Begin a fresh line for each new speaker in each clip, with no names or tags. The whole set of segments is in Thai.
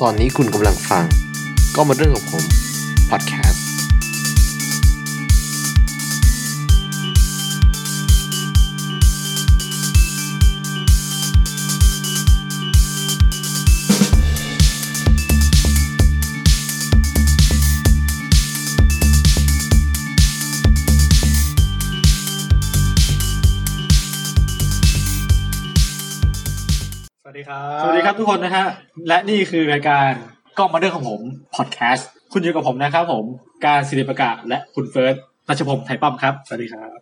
ตอนนี้คุณกำลังฟัง ก็มาเรื่องกับผม พอดแคสต์
สวัสดีครับ
สวัสดีครับทุกคนนะฮะ และนี่คือรายการกล้องมาเรื่องของผมพอดแคสต์คุณอยู่กับผมนะครับผม การศิริประกาศและคุณเฟิร์สรัชพงศ์ไทยป้อมครับ
สวัสดีครับ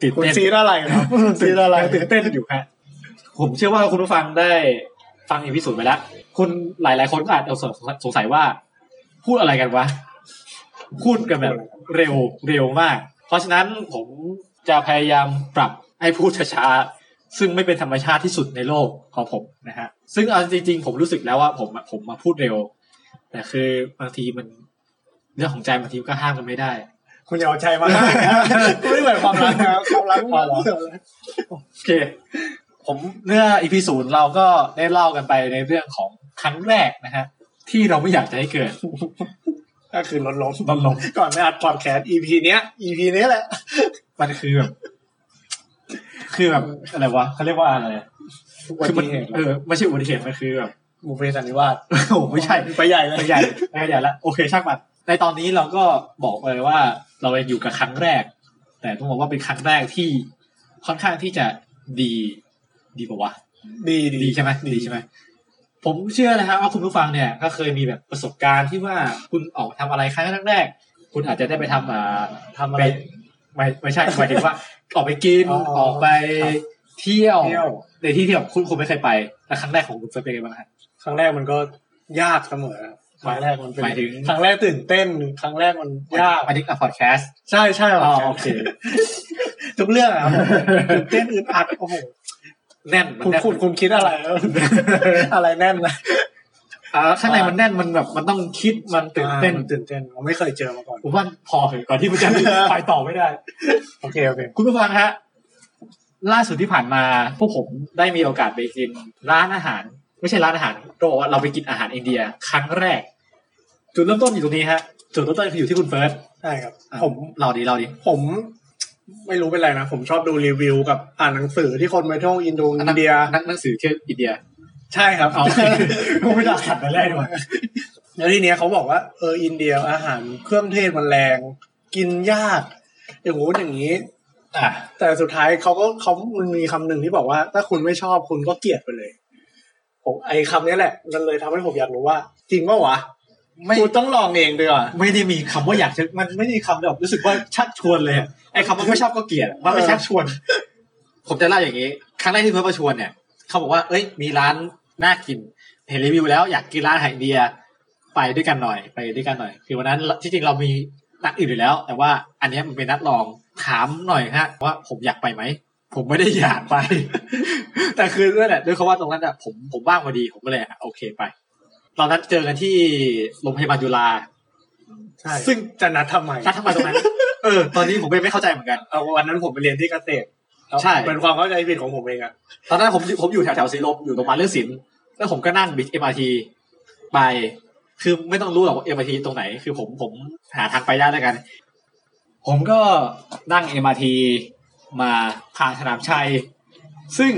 ตื่น
คุณ
เต้น
ซีดอะไรครับ ซีดอะไร
ยังตื่นเต้นอยู่ฮะผมเชื่อว่าคุณผู้ฟังได้ฟังอีพิสูจน์ไปแล้ว คุณหลาย ๆ คนก็อาจจะสงสัยว่า พูดอะไรกันวะ พูดกันแบบเร็วเร็วมาก เพราะฉะนั้นผมจะพยายามปรับให้พูดช้าๆ ซึ่งไม่เป็นธรรมชาติที่สุดในโลกของผมนะฮะ ซึ่งเอาจริงๆ ผมรู้สึกแล้วว่าผมผมมาพูดเร็ว แต่คือบางทีมันเรื่องของใจบางทีมันก็ห้ามกันไม่ได้
คุณอย่าเอาใจมาให้นะไม่เหมือนความรัก นะครับความรักความรัก
โอเค ผมเนื้ออีพีศูนย์เราก็ได้เล่ากันไปในเรื่องของครั้งแรกนะฮะ ที่เราไม่อยากจะให้เกิด
ก็คือลดลง
ลดลง
ก่อนไม่อัดพอดแคสต์ EP เนี้ย EP เนี้ยแหละ
มันคือแบบคือแบบอะไรวะเขาเรียกว่าอะไรคือมันเออไม่ใช่อุบัติเหตุมันคือแบบ
บุพเพสันนิวาส
โอ้โหไม่ใช่
ไปใหญ่เลย
ไปใหญ่ไปใหญ่แล้วโอเคช่างมันในตอนนี้เราก็บอกเลยว่าเรายังอยู่กับครั้งแรก แต่ต้องบอกว่าเป็นครั้งแรกที่ค่อนข้างที่จะดีดีป่าวะ
ดี
ดีใช่ไหมดีใช่ไหมผมเชื่อนะครับว่าคุณผู้ฟังเนี่ย ก็เคยมีแบบประสบการณ์ที่ว่าคุณออกทำอะไรครั้งแรกๆคุณอาจจะได้ไปทำอ่า
ทำอะ
ไป
ไร
ไม่ไม่ใช่หมายถึงว่า ออกไปกิน
อ๋อ
ออกไป
ครับ
เที่ยว
เที่ยว
ในที่ที่แบบคุณคุณไม่เคยไปแล้วครั้งแรกของคุณเฟิร์สเป็นไงบ้างฮะ
ครั้งแรกมันก็ยากเสมอครับครั้งแรกมันเป็น
หมายถึง
ครั้งแรกตื่นเต้น ครั้งแรกมันยาก
ไปที่กับพอดแคสต์
ใช่ใช่หร
อ๋อ
อ
โอเค
ทุกเรื่องอะครับตื่นเต้นอึดอัดโอ้โห
แน่นมัน
คุณ
แน่น
คุณคุณคิดอะไร อะไรแน่นนะ
อ่าข้างในมันแน่นมันแบบมันต้องคิดมันตื่นเต้น
อ่ามัตื่นเต้นผมไม่เคยเจอมาก่อน
ผมว่าพอเหอะก่อนที่มันจะไปต่อไม่ได้
โอเค โอเค
คุณผู้ฟังฮะ ล่าสุดที่ผ่านมาพวกผมได้มีโอกาสไปกินร้านอาหาร ไม่ใช่ร้านอาหารต้องบอกว่าเราไปกินอาหารอินเดีย ครั้งแรก จุดเริ่มต้นอยู่ตรงนี้ฮะ จุดเริ่มต้นคืออยู่ที่คุณเฟิร์ส
ได้ครับ
อ่ะ
ผม
เราดีเราดี
ผมไม่รู้เป็นไรนะ ผมชอบดูรีวิวกับอ่านหนังสือที่คนไปท่องอินโดนีเซีย
นักหนังสือเที่ยวอินเดีย
ใช่ครับ
เอา ผมไม่ได้ขัดไปแรกดีกว่า
แล้วทีเนี้ยเขาบอกว่าเอออินเดียอาหารเครื่องเทศมันแรง กินยากอย่างงู้นอย่างนี้
อ่ะ
แต่สุดท้ายเขาก็เขามันมีคำหนึ่งที่บอกว่า ถ้าคุณไม่ชอบคุณก็เกลียดไปเลย ผมไอ้คำเนี้ยแหละมันเลยทำให้ผมอยากรู้ว่า จริงป่าวะ
ไม่
กูต้องลองเองดีกว่า
ไม่ได้มีคำว่าอยากจะมันไม่ได้มีคำแบบรู้สึกว่าชักชวนเลยอะไอ้คำว่าไม่ชอบก็เกลียดอะมันไม่ชักชวน ผมจะเล่าอย่างนี้ ครั้งแรกที่เพื่อนมาชวนเนี่ย เขาบอกว่า เอ้ย มีร้านน่ากิน เห็นรีวิวแล้วอยากกินร้านอาหารอินเดีย ไปด้วยกันหน่อย ไปด้วยกันหน่อย คือวันนั้นที่จริงเรามีนัดอื่นอยู่แล้ว แต่ว่าอันเนี้ยมันเป็นนัดลอง ถามหน่อยฮะว่าผมอยากไปไหม ผมไม่ได้อยากไป แต่คือด้วยแหละด้วยคำว่าตรงนั้นอะผมผมว่างพอดี ผมก็เลยอ่ะโอเคไป ตอนนั้นเจอกันที่โรงพยาบาลจุฬา
ใช่ซึ่
ซึ่ง
งจะนัดทำไม
นัดทำไมตรงนั้น เออ ตอนนี้ผมก็ยังไม่เข้าใจเหมือนกัน
เอาวันนั้นผมไปเรียนที่เกษตร
ใช่
เป็นความเข้าใจผิดของผมเองอะ
ตอนนั้นผมผมอยู่แถวแถวสีลมอยู่ตรงมาเลือกศิลป์แล้วผมก็นั่งบิ๊กเอ็มอาร์ทีไป คือไม่ต้องรู้หรอกเอ็มอาร์ทีตรงไหน คือผมผมหาทางไปได้แล้วกัน ผมก็นั่งเอ็มอาร์ทีมาผ่านสนามชัย ซึ่ง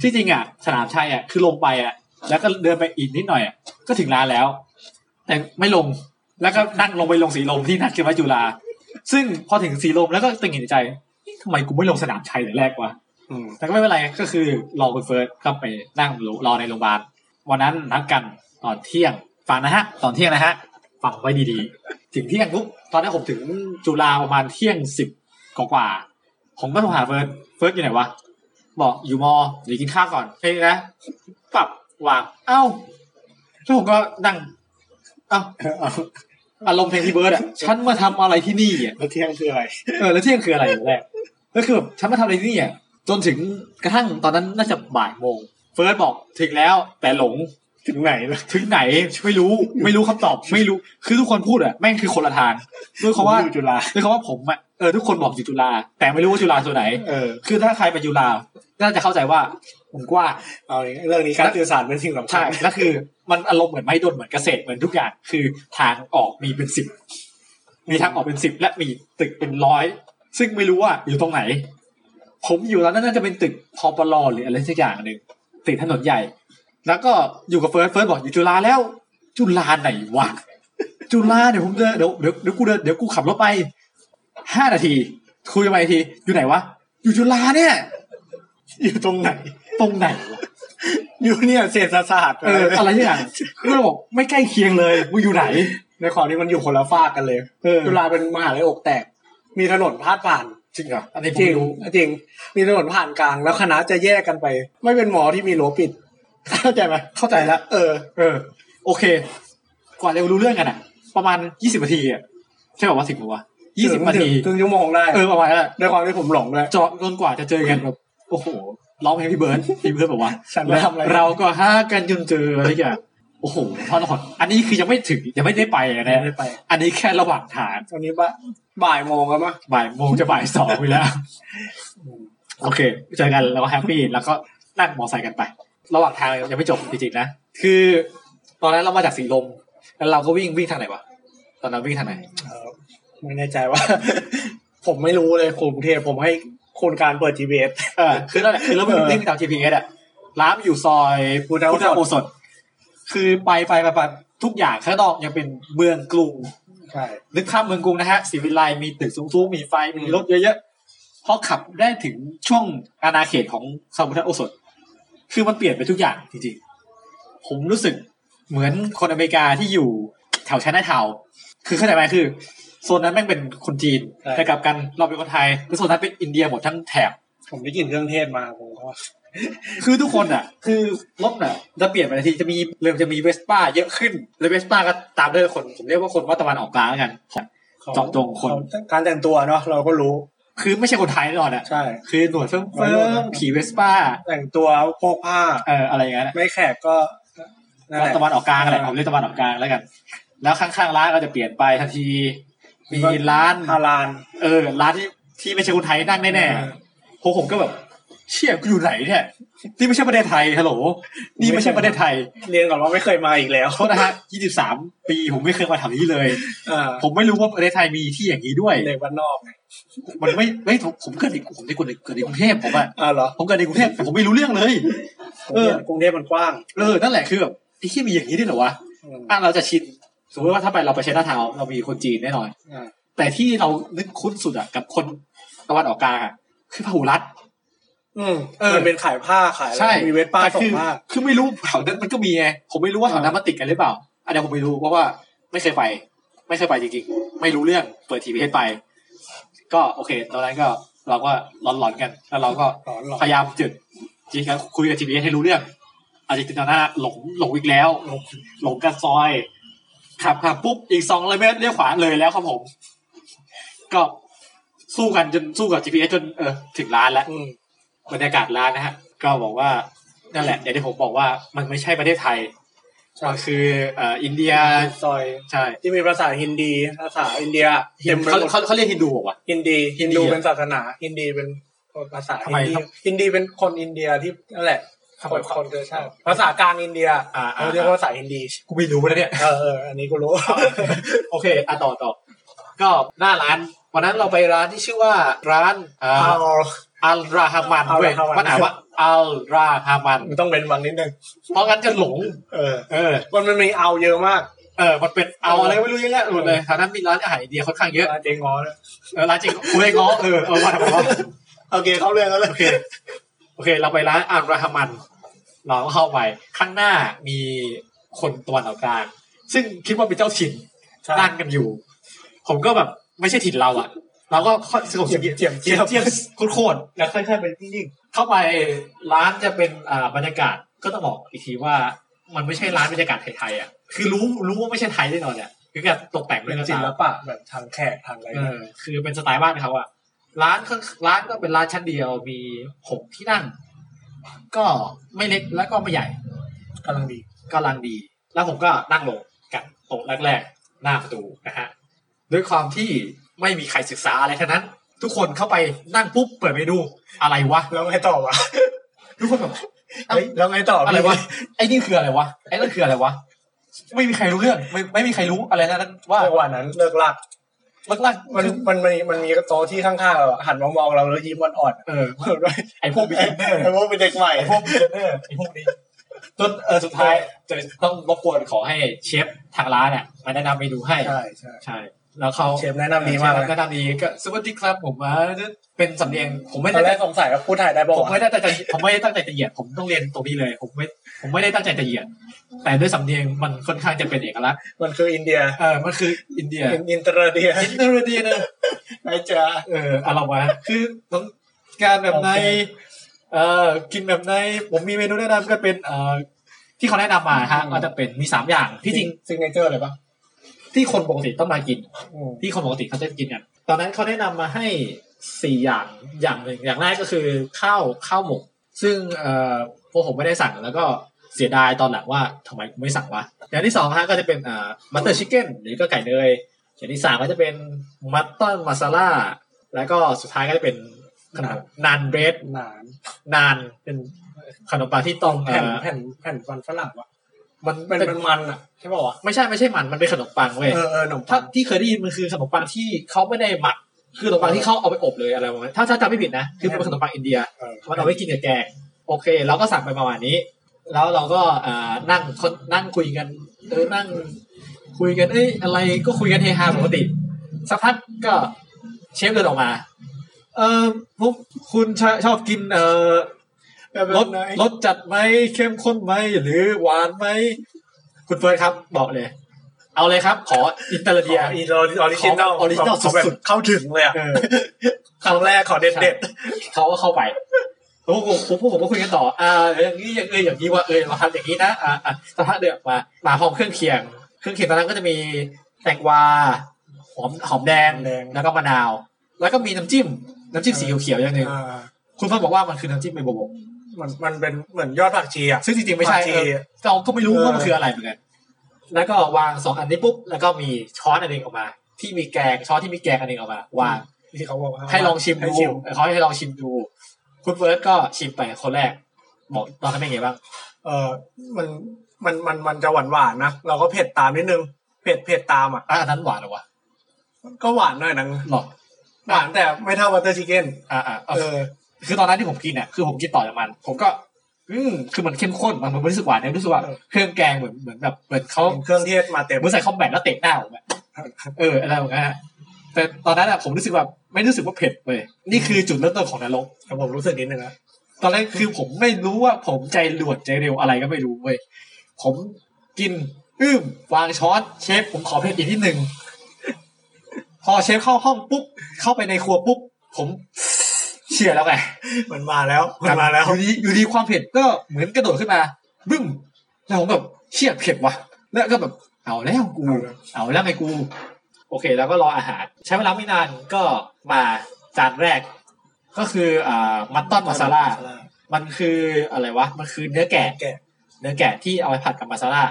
ที่จริงอ่ะ สนามชัยอ่ะคือลงไปอ่ะ แล้วก็เดินไปอีกนิดหน่อยอ่ะก็ถึงร้านแล้ว แต่ไม่ลงแล้วก็นั่งลงไปลงสีลมที่นัดกันไว้จุฬาซึ่งพอถึงสีลมแล้วก็ตึงหงิดในใจเอ๊ะทำไมกูไม่ลงสนามชัยแต่แรกวะ แต่ก็ไม่เป็นไรก็คือรอคุณเฟิร์สเข้าไปนั่งรอในโรงพยาบาลวันนั้นนัดกันตอนเที่ยงฟังนะฮะ ตอนเที่ยงนะฮะฟังไว้ดีๆ ถึงเที่ยงปุ๊บตอนนั้นผมถึงจุฬาประมาณเที่ยงสิบกว่าๆผมก็โทรหาเฟิร์สเฟิร์สอยู่ไหนวะบอกอยู่มอเดี๋ยวกินข้าวก่อนเฮ้ยนะปรับวางเอ้าแล้วผมก็นั่งเอ้าอารมณ์เพลงพี่เบิร์ดอะฉันมาทำอะไรที่นี่อะ
แล้วเที่ยงคืออะไร
เออแล้วเที่ยงคืออะไรอย่างแรกก็คือแบบฉันมาทำอะไรที่นี่อ่ะจนถึงกระทั่งตอนนั้นน่าจะบ่ายโมง เฟิร์สบอกถึงแล้วแต่หลง
ถึงไหนล่ะ
ถึงไหนไม่รู้ไม่รู้คำตอบไม่รู้คือทุกคนพูดอ่ะแม่งคือคนละทางด้วยคำว่า
ผมอยู่จุฬา
ด้วยคำว่าผมอ่ะเ เออทุกคนบอกอยู่จุฬาแต่ไม่รู้ว่าจุฬาตัวไหน
เออ
คือถ้าใครไปจุฬาน่าจะเข้าใจว่าผมว่า
เอาอย่างนี้เรื่องนี้การสื่อสารเป็นสิ่งสำคั
ใช่
ญ
แล้วคือมันอารมณ์เหมือนไม่ดนเหมือนเกษตรเหมือนทุกอย่าง คือทางออกมีเป็นสิบมีทางออกเป็นสิบและมีตึกเป็นร้อยซึ่งไม่รู้ว่าอยู่ตรงไหน ผมอยู่แล้วน่าจะเป็นตึกพอปลอหรืออะไรสักอย่างหนึ่งติดถนนใหญ่ แล้วก็อยู่กับเฟิร์สเฟิร์สบอกอยู่จุฬาแล้ว จุฬาไหนวะจุฬาเดี๋ยวผมเดินเดี๋ยวเดี๋ยวเดี๋ยวกูเดินเดี๋ยวกูขับรถไปห้านาทีคุยไปทีอยู่ไหนวะอยู่จุฬาเนี่ย
อยู่ตรงไหน
ตรงไหนวะ
อยู่เนี่ยเศรษฐศาสตร์
เอออะไรสักอย่างก็เลยบอกไม่ใกล้เคียงเลยมึงอยู่ไหน
ในความที่มันอยู่คนละฝากกันเลย
เออ
จุฬาเป็นมหาลัยอกแตก มีถนนพาดผ่าน
จริงเหรออันนี้ผม
จริ
ไม่
ง
รู้
จริง มีถนนผ่านกลางแล้วคณะจะแยกกันไป ไม่เป็นหมอที่มีรั้วปิด เข้าใจไหม
เข้าใจแล้ว
เออ
เออ โอเค กว่าเรารู้เรื่องกันอ่ะ ประมาณยี่สิบนาทีอ่ะใช่ป่าวว่าถึงป่าววะยี่สิบนาที
ถึงชั่วโมงได้
เออประมาณนั้นแหละ
ด้วยความที่ผมหลงด้วย
จอดจนกว่าจะเจอกันแบบโอ้โหร้องเพลงพี่เบิร์ดพี่เบิร์ดบอกว่า
ฉันไม่ทำอะไร
เราก็ห้ากันจนเจออะไรอย่างเงี้ยโอ้โหท่อนขอนอันนี้คือยังไม่ถึงยังไม่ได้ไปอะนะ
ไม่ไป
อันนี้แค่ระหว่างทาง
ตอนนี้บ่ายบ่ายโมงแล้วมั้ง
บ่ายโมงจะบ่ายสองไปแล้ว โอเคเจอกันแล้วก็แฮปปี้แล้วก็นั่งมอไซค์กันไป ระหว่างทางยังไม่จบ จริงๆนะคือ ตอนนั้นเรามาจากสีลม แล้วเราก็วิ่งวิ่งทางไหนวะตอนนั้นวิ่งทางไหน
เออไม่แน่ใจว่า ผมไม่รู้เลยกรุงเทพผมให้คนการเปิด GPS
เออคือนั่นแหละคือเราวิ่งวิ่งตาม GPS อะร้านอยู่ซอย
พุทธอุ
โอสถคือไปไปไปไปทุกอย่างข้างนอกยังเป็นเมืองกรุง
ใช่
นึกภาพเมืองกรุงนะฮะสีวิไลมีตึกสูงๆมีไฟมีรถเยอะๆพอขับได้ถึงช่วงอาณาเขตของสมุทรโอสถ คือมันเปลี่ยนไปทุกอย่างจริงๆ ผมรู้สึกเหมือนคนอเมริกาที่อยู่แถวชายนาทาวน์คือเข้าใจไหมคือโซนนั้นแม่งเป็นคนจีน
ใช่
แต่กลับกันเราเป็นคนไทยคือโซนนั้นเป็นอินเดียหมดทั้งแถบ
ผมได้กลินเครื่องเทศมาผมก็ว่า
คือทุกคนอ่ะ คือรถอ่ะจะเปลี่ยนไปทีจะมีเริ่มจะมีเวสป้าเยอะขึ้นแล้วเวสป้าก็ตามด้วยคนผมเรียกว่าคนว่าตะวันออกกลางแล้วกัน
เขา
เจาะจงคน
เขาการแต่งตัวเนาะเราก็รู้
คือไม่ใช่คนไทยแน่นอนอ่ะ
ใช่
คือหนวดเฟิ่มเฟิ่มผีเวสป้า
แต่งตัวโพกผ้า
เอออะไรอย่างเงี้ยนะ
ไม่แขกก็นั่นแหละ
ตะวันออกกลางอะไร
เออ
ผมเรียกตะวันออกกลางแล้วกัน แล้วข้างๆร้านก็จะเปลี่ยนไปทันที มี
มี
ร้าน
พาราน
เออ ร้านที่ที่ไม่ใช่คนไทยนั่งแน่
เออ
ๆพวกผมก็แบบเชี่ยกูอยู่ไหนเนี่ยนี่ไม่ใช่ประเทศไทยฮัลโหลนี่ไม่ใช่ประเทศไทย
เรียนก่อนว่าไม่เคยมาอีก แล้ว
โทษนะฮะ23 ปีผมไม่เคยมาแถวนี้เลย
อ่า
ผมไม่รู้ว่าประเทศไทยมีที่อย่างนี้ด้วย
เด็กบ้านนอกไง
มันไม่ไม่ผมผมเกิดในผมในกรุงเกิดในกรุงเทพผมอะ
อ่าเหรอ
ผมเกิดในกรุงเทพแต่ผมไม่รู้เรื่องเลย เออ
กรุงเทพมันกว้าง
เออ นั่นแหละคือแบบไอ้ที่มีอย่างนี้ด้วยเหรอวะ
อืม
อ่ะเราจะชิน สมมติว่าถ้าไปเราไปเชน่าทาวน์เรามีคนจีนแน่นอน
อ่า
แต่ที่เรานึกคุ้นสุดอะกับคนตะวันออกกลางอะคือพหุรัฐ
อืม
เออ
มันเป็นขายผ้าขายอะไร
ใช่
มีเวทป้า
แต่
ส่
คื
งผ้า
คือไม่รู้แถวนั้นมันก็มีไง ผมไม่รู้ว่าแถวนั้นมันติดกันหรือเปล่า อันเนี้ยผมไม่รู้เพราะว่าไม่เคยไป ไม่เคยไปจริงๆ ไม่รู้เรื่อง เปิดทีวีให้ไป ก็โอเค ตอนนั้นก็เราก็หลอนๆกัน แล้วเราก็
หลอนๆ
พยายามจุดจริงๆก็คุยกับทีวีให้รู้เรื่องอาจจะติดตอนหน้าหลงหลงอีกแล้ว หลงกันซอย ขับขับปุ๊บอีกสองร้อยเมตรเลี้ยวขวาเลยแล้วครับผม ก็สู้กันจนสู้กับ GPS จนเออถึงร้านแล้ว
อืม
บรรยากาศร้านนะฮะ ก็บอกว่านั่นแหละอย่างที่ผมบอกว่ามันไม่ใช่ประเทศไทยมันคือเอ่ออินเดีย
ซอย
ใช่
ที่มีภาษาฮินดี ภาษาอินเดียเต็มไป
เขา
หมด
เขาเขาเรียกฮินดูบอกว่า
ฮินดี
ฮิ
ฮิ
น
น
ดี
ดู
อะ
เป็นศาสนาฮินดีเป็นภาษา
ทำ
ฮิ
ไม
นดี
ครับ
ฮินดีเป็นคนอินเดียที่นั่นแหละ
ทำ
ค
ไม
นคนเชื้อชาติภาษากลางอินเดีย
อ่าอ่า
เขาเรียกว่าภาษาฮินดี
กูไม่รู้นะเนี่ย
เออเอออันนี้กูรู้
โอเคอ่ะต่อต่อก็หน้าร้านวันนั้นเราไปร้านที่ชื่อว่าร้านเอ่อ
เอา
อัลราฮามันเว้ย
Al-Rahman
มันอ่านว่าอัลราฮามัน
มันต้องเป็นวันนิดนึง
เพราะงั้นจะหลง
เออ
เออ
มันมันมีเอาเยอะมาก
เออ มันเป็นเอาอะไรไม่รู้เยอะแยะหมดเลยแถวนั้นมีร้านอาหารอินเดียค่อนข้างเยอะ
ร้านเจงอนะ
เออร้านจริงกูเลยง้อเออเออมาทำไมวะ
โอเคเข้าเรื่องแล้วเลย
โอเค โอเค เราไปร้านอัลราฮามัน เราก็เข้าไป ข้างหน้ามีคนตะวันออกกลาง ซึ่งคิดว่าเป็นเจ้าถิ่นนั่งกันอยู่ ผมก็แบบไม่ใช่ถิ่นเราอะเราก็ค่อยสงบ
เจีย
เงี
มเจียม
เจี
เจี
ย
ย
ม
ม
เจียมโคตร
แล้วค่อยๆไปนิ่ง
ๆเข้าไปร้านจะเป็นอ่าบรรยากาศก็ต้องบอกอีกทีว่ามันไม่ใช่ร้านบรรยากาศไทยๆอะคือรู้รู้ว่าไม่ใช่ไทยแน่นอนเนี่ยคือการตกแต่ง
ๆ
ด้ว
เป็
ย
น
นะ
ศิล
จ๊ะ
ปะแบบทางแขกทางอะไร
เออคือเป็นสไตล์บ้านเขาอะร้านข้างร้านก็เป็นร้านชั้นเดียวมีหกที่นั่ง ก็ไม่เล็กแล้วก็ไม่ใหญ่
กำลังดี
กำลังดี แล้วผมก็นั่งลงกับโต๊ะแรกๆ หน้าประตูนะฮะ ด้วยความที่ไม่มีใครศึกษาอะไรทั้งนั้น ทุกคนเข้าไปนั่งปุ๊บเปิดเมนูอะไรวะ
แล้วไงต่อวะ
ทุกคนแบบ
เฮ้ยแล้วไงต่อ
อะไรวะ ไอ้นี่คืออะไรวะ ไอ้นั่นคืออะไรวะ ไม่มีใครรู้เรื่อง ไม่ไม่มีใครรู้อะไรนั้นว่า
เลิกวันนั้นเลิกลาก
ลักลักๆ
มันมันมันมีมันมีโต๊ะที่ข้างๆเราอะหันมามองเราแล้วยิ้มอ่อน
เออ
ๆแบบว่า
ไอ้พวกบิกเนอร์
ไอ้พวกเป็นเด็กใหม่
ไอ้พวกบิกเนอร์ไอ้พวกนี้จนเออสุดท้ายจะต้องรบกวนขอให้เชฟทางร้านอ่ะมาแนะนำเมนูให้
ใช่ใช่
ใช่ แล้วเขา
เชฟแนะนำดีมาก
เชฟ
นะ
แนะนำดีก็สวัสดีครับผมมาเป็นสำเนียงผมไม่
ต
ได้
อนแรกสงสัยว่าพูดไทยได้บอก
ผม
ว่าวะ
ไม่ได้ตั้งใจผมไม่ได้ตั้งใจจะเหยียดผมต้องเรียนตรงนี้เลย ผมไม่ผมไม่ได้ตั้งใจจะเหยียดแต่ด้วยสำเนียงมันค่อนข้างจะเป็นเอกลักษณ์
มันคืออินเดีย
เออมันคืออินเดีย
อินอินเตอร์เดีย
อินเดียเนอะ
ไอ้จ้า
เอออารมณ์วะคือต้องการแบบใน
โอเค
เอ่อกินแบบในผมมีเมนูแนะนำก็เป็นเอ่อที่เขาแนะนำมาฮะก็จะเป็นมีสามอย่างที่จริง
ซิงเนเจอร์เลยปะ
ที่คนปกติต้องมากิน
อืม
ที่คนปกติเขาจะกินกันตอนนั้นเขาแนะนำมาให้สี่อย่างอย่างหนึ่งอย่างแรกก็คือข้าวข้าวหมก ซึ่งเอ่อพวกผมไม่ได้สั่งแล้วก็เสียดายตอนหลังว่าทำไมกูไม่สั่งวะอย่างที่สองฮะก็จะเป็นเอ่อมัตเตอร์ชิคเก้นหรือก็ไก่เนยอย่างที่สามก็จะเป็นมัตต n นมาซา l a แล้วก็สุดท้ายก็จะเป็นขนมนานเบรด
หนาน
นานเป็นขนมปังที่ต้องเอ่
แผ่น
อ
แผ่นแผ่นฟันฝรั่งวะ
มัน
มัน
เป็น
มันมันอ่ะใช่ป่าวะ
ไม่ใช่ไม่ใช่มันมันเป็นขนมปังเว้ย
เออเออหนม
ถ้าที่เคยได้ยินมันคือขนมปังที่เขาไม่ได้หมัก คือขนมปังที่เขาเอาไปอบเลยอะไรประมาณนั้นถ้าถ้าจำไม่ผิดนะ คือเป็นขนมปังอินเดีย
เออ
มันเอาไว้กินกับแกง โอเค เราก็สั่งไปประมาณนี้ แล้วเราก็อ่านั่งคนนั่งคุยกัน เออ นั่ง คุยกัน เอ้ย อะไรก็คุยกันเฮฮาปกติ สักพักก็เชฟเดินออกมา เออพวกคุณชชอบกิน เออ
แบบ
รส
ไหน
รสจัดไหมเข้มข้นไหมหรือหวานไหมคุณเฟิร์สครับบอกเลย เอาเลยครับ ขออินเตอ
ข
ร์เดีย
ออีออริจินอล
ของ original
ขงแบบ
สุด
เข้าถึงเลยอะ
เออ
คำแรกขอเด็ดเด็ด
เขาก็เข้าไปแล้วผมผมผมก็คุยกันต่อ อ่าอย่างนี้อย่างเอออย่างนี้ว่าเออมาทำอย่างนี้นะอ่าอ่าสักพักเดือมามาพร้อมเครื่องเคียง เครื่องเคียงตอนนั้นก็จะมีแตงกวาหอมหอมแดง
แดง
แล้วก็มะนาว แล้วก็มีน้ำจิ้ม น้ำจิ้มสีเขียวๆอย่างหนึ่ง
อ่า
คุณเฟิร์สบอกว่ามันคือน้ำจิ้มเบโบะ
มันมันเป็นเหมือนยอดผักชีอ่ะ
ซึ่งจริงๆไม่ใช่
ผักชี
เออเราก็ไม่รู้ว่ามันคืออะไรเหมือนกัน แล้วก็วางสองอันนี้ปุ๊บแล้วก็มีช้อนอันหนึงออกมา ที่มีแกงช้อนที่มีแกงอันหนึงออกมาวาง
ที่เขาบอกว่า
ให้ลองชิม
ให้
ดู
ชิม
เขาให้ลองชิมดู คุณเฟิร์สก็ชิมไปคนแรก บอกตอนนั้นเป็นไงบ้าง
เออมันมันมันมันจะหวานหวานๆนะเราก็เผ็ดตามนิดนึงเผ็ดเผ็ดตามอ่ะ
อ่ะอันนั้นหวานเหรอวะ
ก็หวานหน่อยนะ
หรอ
หวานแต่ไม่เท่าวัตเตอร์ชิคเก้น
อ่ะอ่ะเอา
เออ
คือตอนนั้นที่ผมกินเนี่ยคือผมกินต่อจากมัน ผมก็ อืมคือมันเข้มข้นมันมันไม่รู้สึกหวานนะรู้สึกว่า
เออ
เครื่องแกงเหมือนเหมือนแบบเหมือนเขา
เครื่องเทศมาเต็ม
เหมือนใส่คอมแบทแล้วเตะหน้าผมอะเอออะไรแบบนั้นอะแต่ตอนนั้นอะผมรู้สึกว่าไม่รู้สึกว่าเผ็ดเลยนี่คือจุดเริ่มต้นของนรก
แต่ผมรู้สึกนิดนึงนะ
ตอนแรกคือผมไม่รู้ว่าผมใจหลวดใจเร็วอะไรก็ไม่รู้เว้ยผมกินอืมวางช้อนเชฟผมขอเพิ่มอีกนิดหนึ่งพอเชฟเข้าห้องปุ๊บเข้าไปในครัวปุ๊บผมเชียร์แล้วไง
มันมาแล้วมันมาแล้ว
อยู่ดีอยู่ดีความเผ็ดก็เหมือนกระโดดขึ้นมาบึ้มแล้วผมแบบเชียร์เผ็ดว่ะแล้วก็แบบเอาแล้วกู เอาแล้วไงกู โอเค แล้วก็รออาหาร ใช้เวลาไม่นานก็มาจานแรก ก็คืออ่ามัตตอนมาซาร่า มันคืออะไรวะ มันคือเนื้อแกะ
แกะ
เนื้อแกะที่เอาไปผัดกับมาซาร่า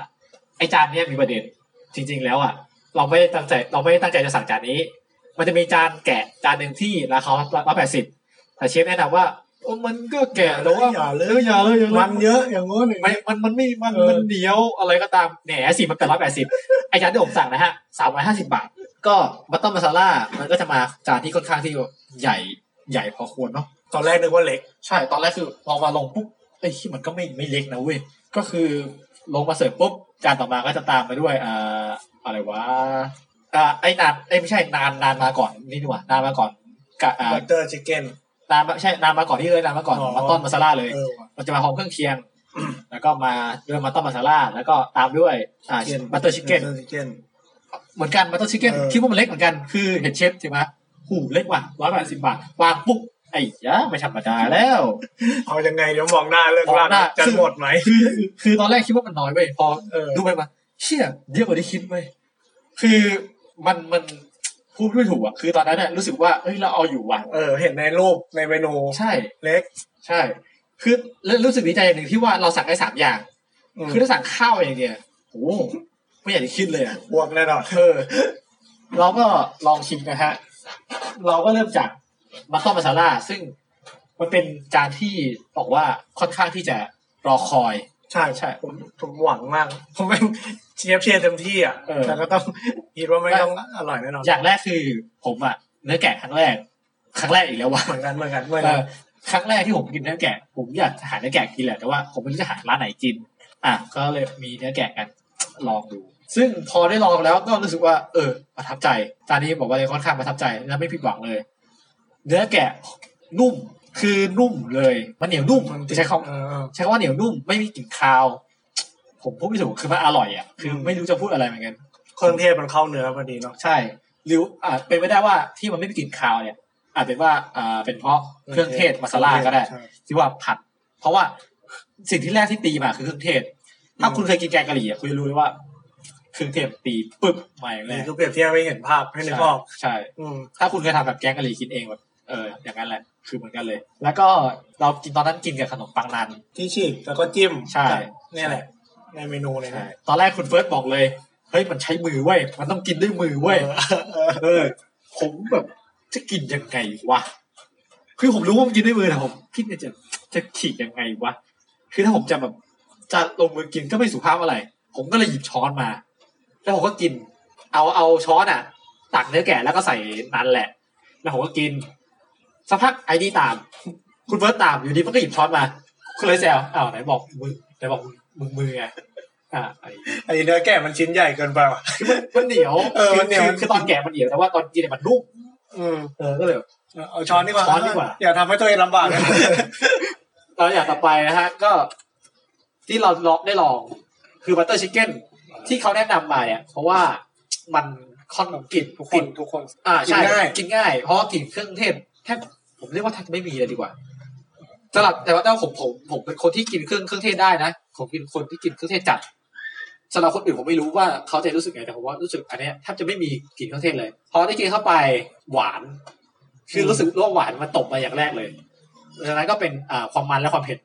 ไอจานเนี้ยมีประเด็น จริง ๆ แล้วอ่ะ เราไม่ได้ตั้งใจ เราไม่ได้ตั้งใจจะสั่งจานนี้ มันจะมีจานแกะจานหนึ่งที่ราคาร้อยแปดสิบแต่เชฟแนะนำว่าโอ้มันก็แกะแล้วว่า
อย่าเล
เออย อย่าเลยอย่าเลย
มันเยอะอย่างงู้นอย่าง
ไม่
งี้
มันมันไม่มัน
เออ
มันเหนียวอะไรก็ตามแหนสิมันเป็นร้อยแปดสิบไอจานที่ผมสั่งนะฮะสามร้อยห้าสิบบาท ก็บัตเตอร์มาซาร่ามันก็จะมาจานที่ค่อนข้างที่ใหญ่ใหญ่พอควรเนาะ
ตอนแรกนึกว่าเล็ก
ใช่ ตอนแรกคือพอมาลงปุ๊บไอ้ที่มันก็ไม่ไม่เล็กนะเว้ย ก็คือลงมาเสิร์ฟปุ๊บ จานต่อมาก็จะตามไปด้วยอ่าอะไรวะอ่าไอ้นานไอ้ยไม่ใช่นานนานมาก่อนนี่ดีกว่านานมาก่อนกะอ่า
บัตเตอร์ชิคเก้น
นานมาไม่ใช่นานมาก่อนที่เลยนานมาก่อน
อ๋อ
มาต้นมาซาร่าเลย
เออว่ะ
มันจะมาพร้อมเครื่องเคียง แล้วก็มาด้วยมาต้นมาซาร่าแล้วก็ตามด้วยอ่า
Chicken
บัตเตอร์ชิคเก้น
Butter Chicken
เหมือนกันมาต้นชิคเก้น
เออ
คิดว่ามันเล็กเหมือนกันคือเห็นเชฟใช่ไหมหูเล็กว่ะร้อยแปดสิบบาทวางปุ๊บไอ้ยะไม่ธรรมดาแล้ว
เอายังไงเดี๋ยวมองหน้าเลิก
มอง
ลา
หน้า
กจะหมดไหม
คือคือตอนแรกคิดว่ามันน้อยเว้ยพอ
เออ
ดูไปมาเชี่ยเยอะกว่าที่คิดเว้ยคือมันมันพูดไม่ถูกอ่ะคือตอนนั้นเนี่ยรู้สึกว่าเฮ้ยเราเอาอยู่ว่ะ
เออ เห็นในรูปในเมนู
ใช่
เล็ก
ใช่ คือแล้วรู้สึกดีใจอย่างหนึ่งที่ว่าเราสั่งได้สามอย่าง
อืม
คือถ้าสั่งข้าวอย่างเดียวโอ้โหไม่อยากจะคิดเลยอ่ะ
บวกแน่นอน
เออ เราก็ลองชิมนะฮะ เราก็เริ่มจาก มาเข้ามาซาร่าซึ่งมันเป็นจานที่บอกว่าค่อนข้างที่จะรอคอย
ใช่
ใช่
ใช่ผมผมหวังมาก ผมเป็นเชียร์เชียร์เต็มที่อ่ะ
เออ
แต่ก็ต้องคิดว่าไม่ต้องอร่อยแน่นอน
อย่างแรกคือผมอะเนื้อแกะครั้งแรก ครั้งแรกอีกแล้วว่ะ
เหมือนกันเหมือนกันเหมือน
เอ
กัน
อครั้งแรกที่ผมกินเนื้อแกะ ผมอยากจะหาเนื้อแกะกินแหละแต่ว่าผมไม่รู้จะหาร้านไหนกิน อ่ะก็เลยมีเนื้อแกะกัน ลองดู ซึ่งพอได้ลองแล้วก็รู้สึกว่า เออประทับใจจานนี้บอกว่าเลยค่อนข้างประทับใจและไม่ผิดหวังเลย เนื้อแกะนุ่มคือนุ่มเลย มันเหนียวนุ่มใช้คำ
เออเออ
ใช้คำว่าเหนียวนุ่มไม่มีกลิ่นคาว ผมพูดไม่ถูกคือมันอร่อยอ่ะคืออ
ม
ไม่รู้จะพูดอะไรเหมือนกัน
เครื่องเทศมันเข้าเนื้อพอดีเนาะ
ใช่หรืออาจเป็นไปได้ว่าที่มันไม่มีกลิ่นคาวเนี่ย อาจเป็นว่าอ่าเป็นเพราะเครื่องเทศมาซาลาก็ได้
ใช่
ที่ว่าผัด เพราะว่าสิ่งที่แรกที่ตีมาคือเครื่องเทศ ถ้าคุณเคยกินแกงกะหรี่อ่ะคุณจะรู้เลยว่า เครื่องเทศตีปึ๊บใหม่เล
นี่
ย
คือเปรียบเทียบให้เห็นภาพให้นึกออก
ใช่
อืม
ถ้าคุณเคยทำแบบแกงกะหรี่กินเองแบบเอออย่างนั้นแหละคือเหมือนกันเลย แล้วก็เรากินตอนนั้นกินกับขนมปังนัน
ที่ฉีกแล้วก็จิ้ม
ใช่
กับเนี่ยแหละ ในเมนูเลยนะ
ตอนแรกคุณเฟิร์สบอกเลย เฮ้ยมันใช้มือเว้ย มันต้องกินด้วยมือเว้ย เออ ผมแบบจะกินยังไงวะ คือผมรู้ว่ามันกินด้วยมือแต่ผมคิดในใจจะฉีกยังไงวะ คือถ้าผมจะแบบจะลงมือกินก็ไม่สุภาพอะไร ผมก็เลยหยิบช้อนมา แล้วผมก็กิน เอาเอาช้อนอ่ะ ตักเนื้อแกะแล้วก็ใส่นั้นแหละ แล้วผมก็กินสักพักไอดีตาม คุณเฟิร์สตามอยู่ดีมันก็หยิบช้อนมาคุณเลยแซวอ้าวไหนบอกมือไหนบอกมึงมือไงอ่าไอ้
ไอ้เนื้อแกะมันชิ้นใหญ่เกินไปว่ะ
มันเหนียว
เออมันเหนียว
คือคือตอนแกะมันเหนียวแต่ว่าตอนกินเนี่ยมันนุ่ม
อืม
เออก็เลย
เอาช้อนดีกว่า
ช้อนดีกว่า
อย่าทำให้ตัวเองลำบาก นะ
เราอย่างต่อไปนะฮะ ก็ ที่เราลองได้ลอง คือบัตเตอร์ชิคเก้นที่เขาแนะนำมาเนี่ย เพราะว่ามันค่อนข้างกลิ่น
ทุกคนทุกคน
อ่าใช่
กินง่าย
กินง่าย เพราะว่ากลิ่นเครื่องเทศแทบผมเรียกว่าแทบไม่มีเลยดีกว่าสำหรับแต่ว่าถ้าผมผมผมเป็นคนที่กินเครื่องเครื่องเทศได้นะผมเป็นคนที่กินเครื่องเทศจัดสำหรับคนอื่นผมไม่รู้ว่าเขาจะรู้สึกไงแต่ผมว่ารู้สึกอันเนี้ยแทบจะไม่มีกลิ่นเครื่องเทศเลย พอได้กินเข้าไปหวาน คือรู้สึกว่าหวานมันตกมาอย่างแรกเลยดังนั้นก็เป็นอ่าความมันและความเผ็ด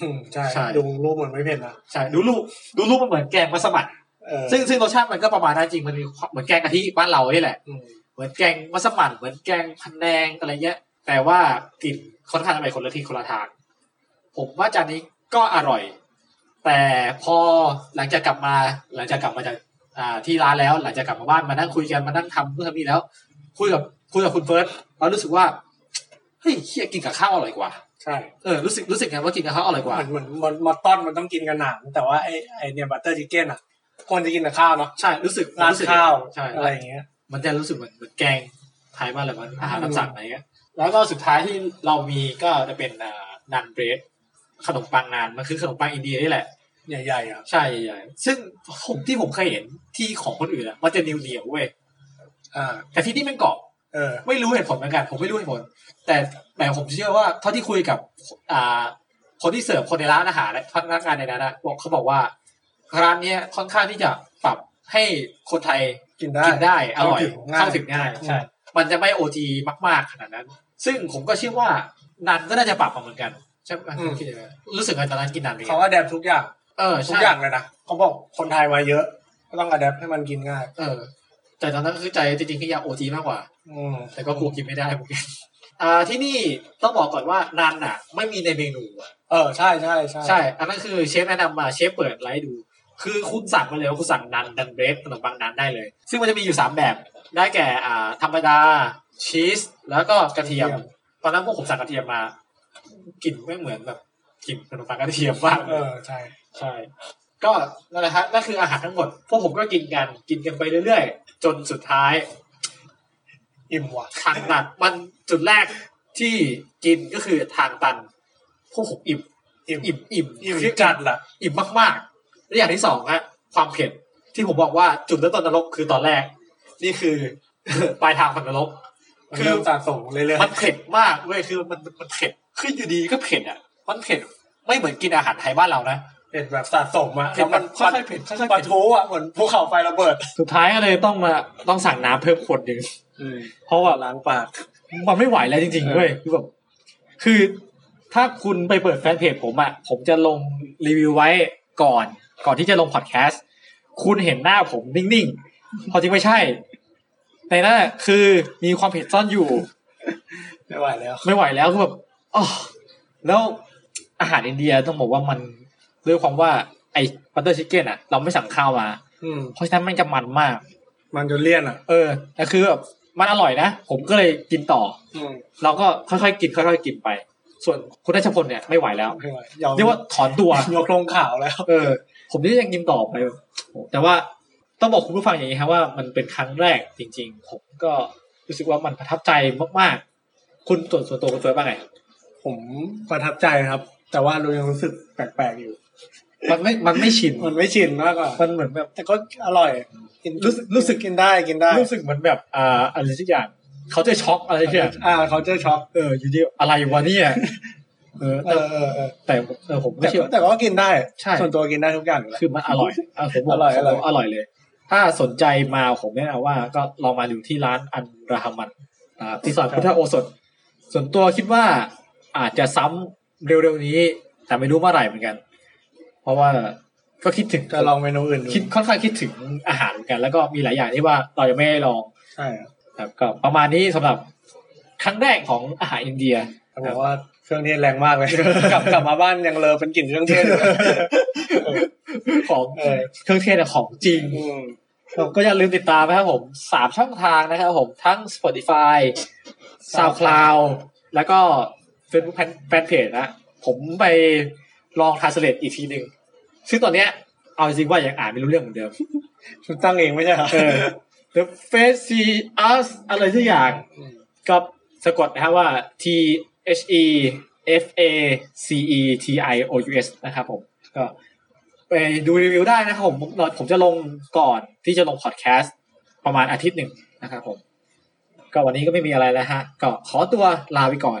อืมใช่
ใช่
ดูรูปเหมือนไม่เผ็ดนะ
ใช่ดูรูปดูรูปมันเหมือนแกงมัสมั่น
เออ
ซึ่งซึ่งรสชาติมันก็ประมาณนั้นจริงมันมีความเหมือนแกงกะทิบ้านเรานี่แหละ
อืม
เหมือนแกงมัสมั่นเหมือนแกงพันแนงอะไรเงี้ย แต่ว่ากลิ่นค่อนข้างจะไปคนละทิศคนละทาง ผมว่าจานนี้ก็อร่อย แต่พอหลังจากกลับมา หลังจากกลับมาจากอ่าที่ร้านแล้ว หลังจากกลับมาบ้านมานั่งคุยกันมานั่งทำเพื่อทำนี่แล้ว คุยกับคุยกับคุณเฟิร์สเรารู้สึกว่าเฮ้ยเฮียกินกับข้าวอร่อยกว่า
ใช่
เออรู้สึกรู้สึกไงว่ากินกับข้าวอร่อยกว่า
เหมือนเหมือนมันมอตตอนมันต้องกินกับหนังแต่ว่าไอไอเนี่ยบัตเตอร์ชิคเก้นอ่ะควรจะกินกับข้าวเนาะ
ใช่รู้สึก
ราด
รู้สึก
ข้าว
ใช่
อะไรอย่างเงี้ย
มันจะรู้สึกเหมือนเหมือนแกงไทยบ้านเรามันอาหาร
อืม
ตามสั่งอะไรเงี้ย แล้วก็สุดท้ายที่เรามีก็จะเป็นอ่านันเบรดขนมปังนานมันคือขนมปังอินเดียนี่แหละ
ใหญ่ๆอ่ะ
ใช่ใหญ่ๆซึ่งผมที่ผมเคยเห็นที่ของคนอื่นอะมันจะเหนียวเหนียวๆเว้ย
อ่า
แต่ที่นี่มันกรอบ
เออ
ไม่รู้เหตุผลเหมือนกันผมไม่รู้เหตุผล แต่แต่ผมเชื่อว่าเท่าที่คุยกับอ่าคนที่เสิร์ฟคนในร้านอาหารและพนักงานในนั้นอะบอกเขาบอกว่าร้านเนี้ยค่อนข้างที่จะปรับให้คนไทย
กินได้
กินได้อร่อย
เข้าถึงง่าย
เข้าถึงง่าย
ใช่
มันจะไม่โอทีมาก ๆ ขนาดนั้น ซึ่งผมก็เชื่อว่านันก็น่าจะปรับมาเหมือนกันใช่ไหมคิดยังไงรู้สึกไงตอนนั้นกินนันเป็นไง
เขาก็แดบทุกอย่าง
เออ
ทุ
ใช่
กอย่างเลยนะเขาบอกคนไทยมาเยอะ ก็ต้องอ d แ p ปให้มันกินง่าย
เออ แต่ตอนนั้นก็คือใจจริงๆคืออยากโอทีมากกว่า
อืม
แต่ก็กลัวกินไม่ได้เหมือนกัน อ่าที่นี่ต้องบอกก่อนว่านันอ่ะ ไม่มีในเมนูอะ
เออใช่ใช่ใช่
ใช่ อันนั้นคือเชฟแนะนำมาเชฟเปิดไลฟ์ดู คือคุณสั่งมาเลยว่าคุณสั่งนันดันเบรดขนมปังนันได้เลย ซึ่งมันจะมีอยู่สามแบบได้แก่อ่าธรรมดาชีสแล้วก็กระเทียม ตอนนั้นพวกผมสั่งกระเทียมมากลิ่นไม่เหมือนแบบกลิ่นขนมปังกระเทียมมาก
เออใช่
ใช่ ก็นั่นแหละฮะนั่นคืออาหารทั้งหมด พวกผมก็กินกันกินกันไปเรื่อยๆ จนสุดท้าย
อิ่มว่ะ
ทางตันมันจุดแรกที่กินก็คือทางตัน พวกผมอิ่ม
อิ่ม
อิ่มอิ่ม
อิ่ม
คือ
จัดล่ะ
อิ่มมากๆและอย่างที่สองฮะความเผ็ดที่ผมบอกว่าจุดเริ่มต้นนรกคือตอนแรก นี่คือ ปลายทางของนรก
มันเริ่มสะสมเรื่อย
มันเผ็ดมากเว้ยคือมันมันมันเผ็ดขึ้นอยู่ดีก็เผ็ดอ่ะ มันเผ็ดไม่เหมือนกินอาหารไทยบ้านเรานะ
ๆเป็นแบบสะสมอะ
เผ็ด
แล้วมัน
ค่อยๆเผ็ดค่อยๆเผ็ด
ปะทุอะเหมือนภูเขาไฟระเบิด
สุดท้ายก็เลยต้องมาต้องสั่งน้ำเพิ่มขวดหนึ่ง เพราะว่า
ล้างปาก
มันไม่ไหวแล้วจริงๆเว้ยคือแบบคือถ้าคุณไปเปิดแฟนเพจผมอ่ะผมจะลงรีวิวไว้ก่อน ก่อนที่จะลงพอดแคสต์คุณเห็นหน้าผมนิ่งๆพอจริงไม่ใช่ในนั้นอะคือมีความเผ็ดซ่อนอยู่
ไม่ไหวแล้ว
ไม่ไหวแล้วก็แบบอ๋อแล้วอาหารอินเดียต้องบอกว่ามันด้วยความว่าไอ้บัตเตอร์ชิคเก้นอ่ะ เราไม่สั่งข้าวมา
อืม
เพราะฉะนั้นมันจะมันมาก
มันจนเลี่ยนอ่ะ
เออแต่คือแบบมันอร่อยนะ ผมก็เลยกินต่อ
อืม
เราก็ค่อยๆกินค่อยๆกินไป ส่วนคุณนัชพลเนี่ยไม่ไหวแล้ว
ไม่ไหวยอม
เรียกว่าถอนตัว
ยกลงข่าวแล้ว
เออ ผมนี่ยังกินต่อไปแบบโอ้แต่ว่าต้องบอกคุณผู้ฟังอย่างนี้ครับว่ามันเป็นครั้งแรกจริง ๆ ผมก็รู้สึกว่ามันประทับใจมากๆ คุณส่วนส่วนตัวคุณเฟิร์สบ้างไง
ผมประทับใจครับ แต่ว่าเรายังรู้สึกแปลกๆอยู่
มันไม่ มันไม่ชิน
มันไม่ชินมากกว่า
มันเหมือนแบบ
แต่ก็อร่อยกิน
รู้สึกรู้สึก
กินได้กินได้
รู้สึกเหมือนแบบอ่าอะไรสักอย่าง เขาจะช็อกอะไรสักอย่าง
อ่าเขาเจอช็อป
เออ อยู่ดีอะไรวะเนี่ย เออ
เอ
แต่
อเออเออ
แต่เออผม
แต่
ไม่เชื่อ
แต่ก็กินได้
ใช่
ส่วนตัวกินได้ทุกอย่างอยู่แล้ว
คือมันอร่อยอ่ะผมบอก
อร่อย
ผม
อ
บก
ร่อย
อร่อยเลย ถ้าสนใจมาผมแนะนำว่าก็ลองมาดูที่ร้านอันราฮามันนะครับที่ซอยพุทธโอสถ ส่วนตัวคิดว่าอาจจะซ้ำเร็วๆนี้ แต่ไม่รู้เมื่อไหร่เหมือนกัน เพราะว่าก็คิดถึง
ก็ลองเมนูอื่นดู
คิดค่อนข้างคิดถึงอาหารเหมือนกัน แล้วก็มีหลายอย่างที่ว่าเรายังไม่ได้ลอง
ใช่ครับ
นะครับก็ประมาณนี้สำหรับครั้งแรกของอาหารอินเดีย
แต่บอกว่าเครื่องเทศแรงมากเลย กลับกลับมาบ้านยังเลอเป็นกลิ่นเครื่องเทศอยู่เลย
ของ
เออ
เครื่องเทศของจริง
อืม
ผมก็อย่าลืมติดตามนะครับผมสามช่องทางนะครับผมทั้ง Spotify SoundCloud แล้วก็ Facebook แฟนเพจนะ ผมไปลองทาสเลตอีกทีหนึ่งซึ่งตอนเนี้ยเอาจริงๆว่ายังอ่านไม่รู้เรื่องเหมือนเดิม
คุณตั้งเองไม่ใช่เหรอ
เออ The Face C Us อะไรสักอย่าง
ม
ก็สะกดนะครับว่า T H E F A C E T I O U S นะครับผมก็ไปดูรีวิวได้นะครับผมผมผมจะลงก่อนที่จะลงพอดแคสต์ประมาณอาทิตย์หนึ่งนะครับผม ก็วันนี้ก็ไม่มีอะไรแล้วฮะ ก็ขอตัวลาไปก่อน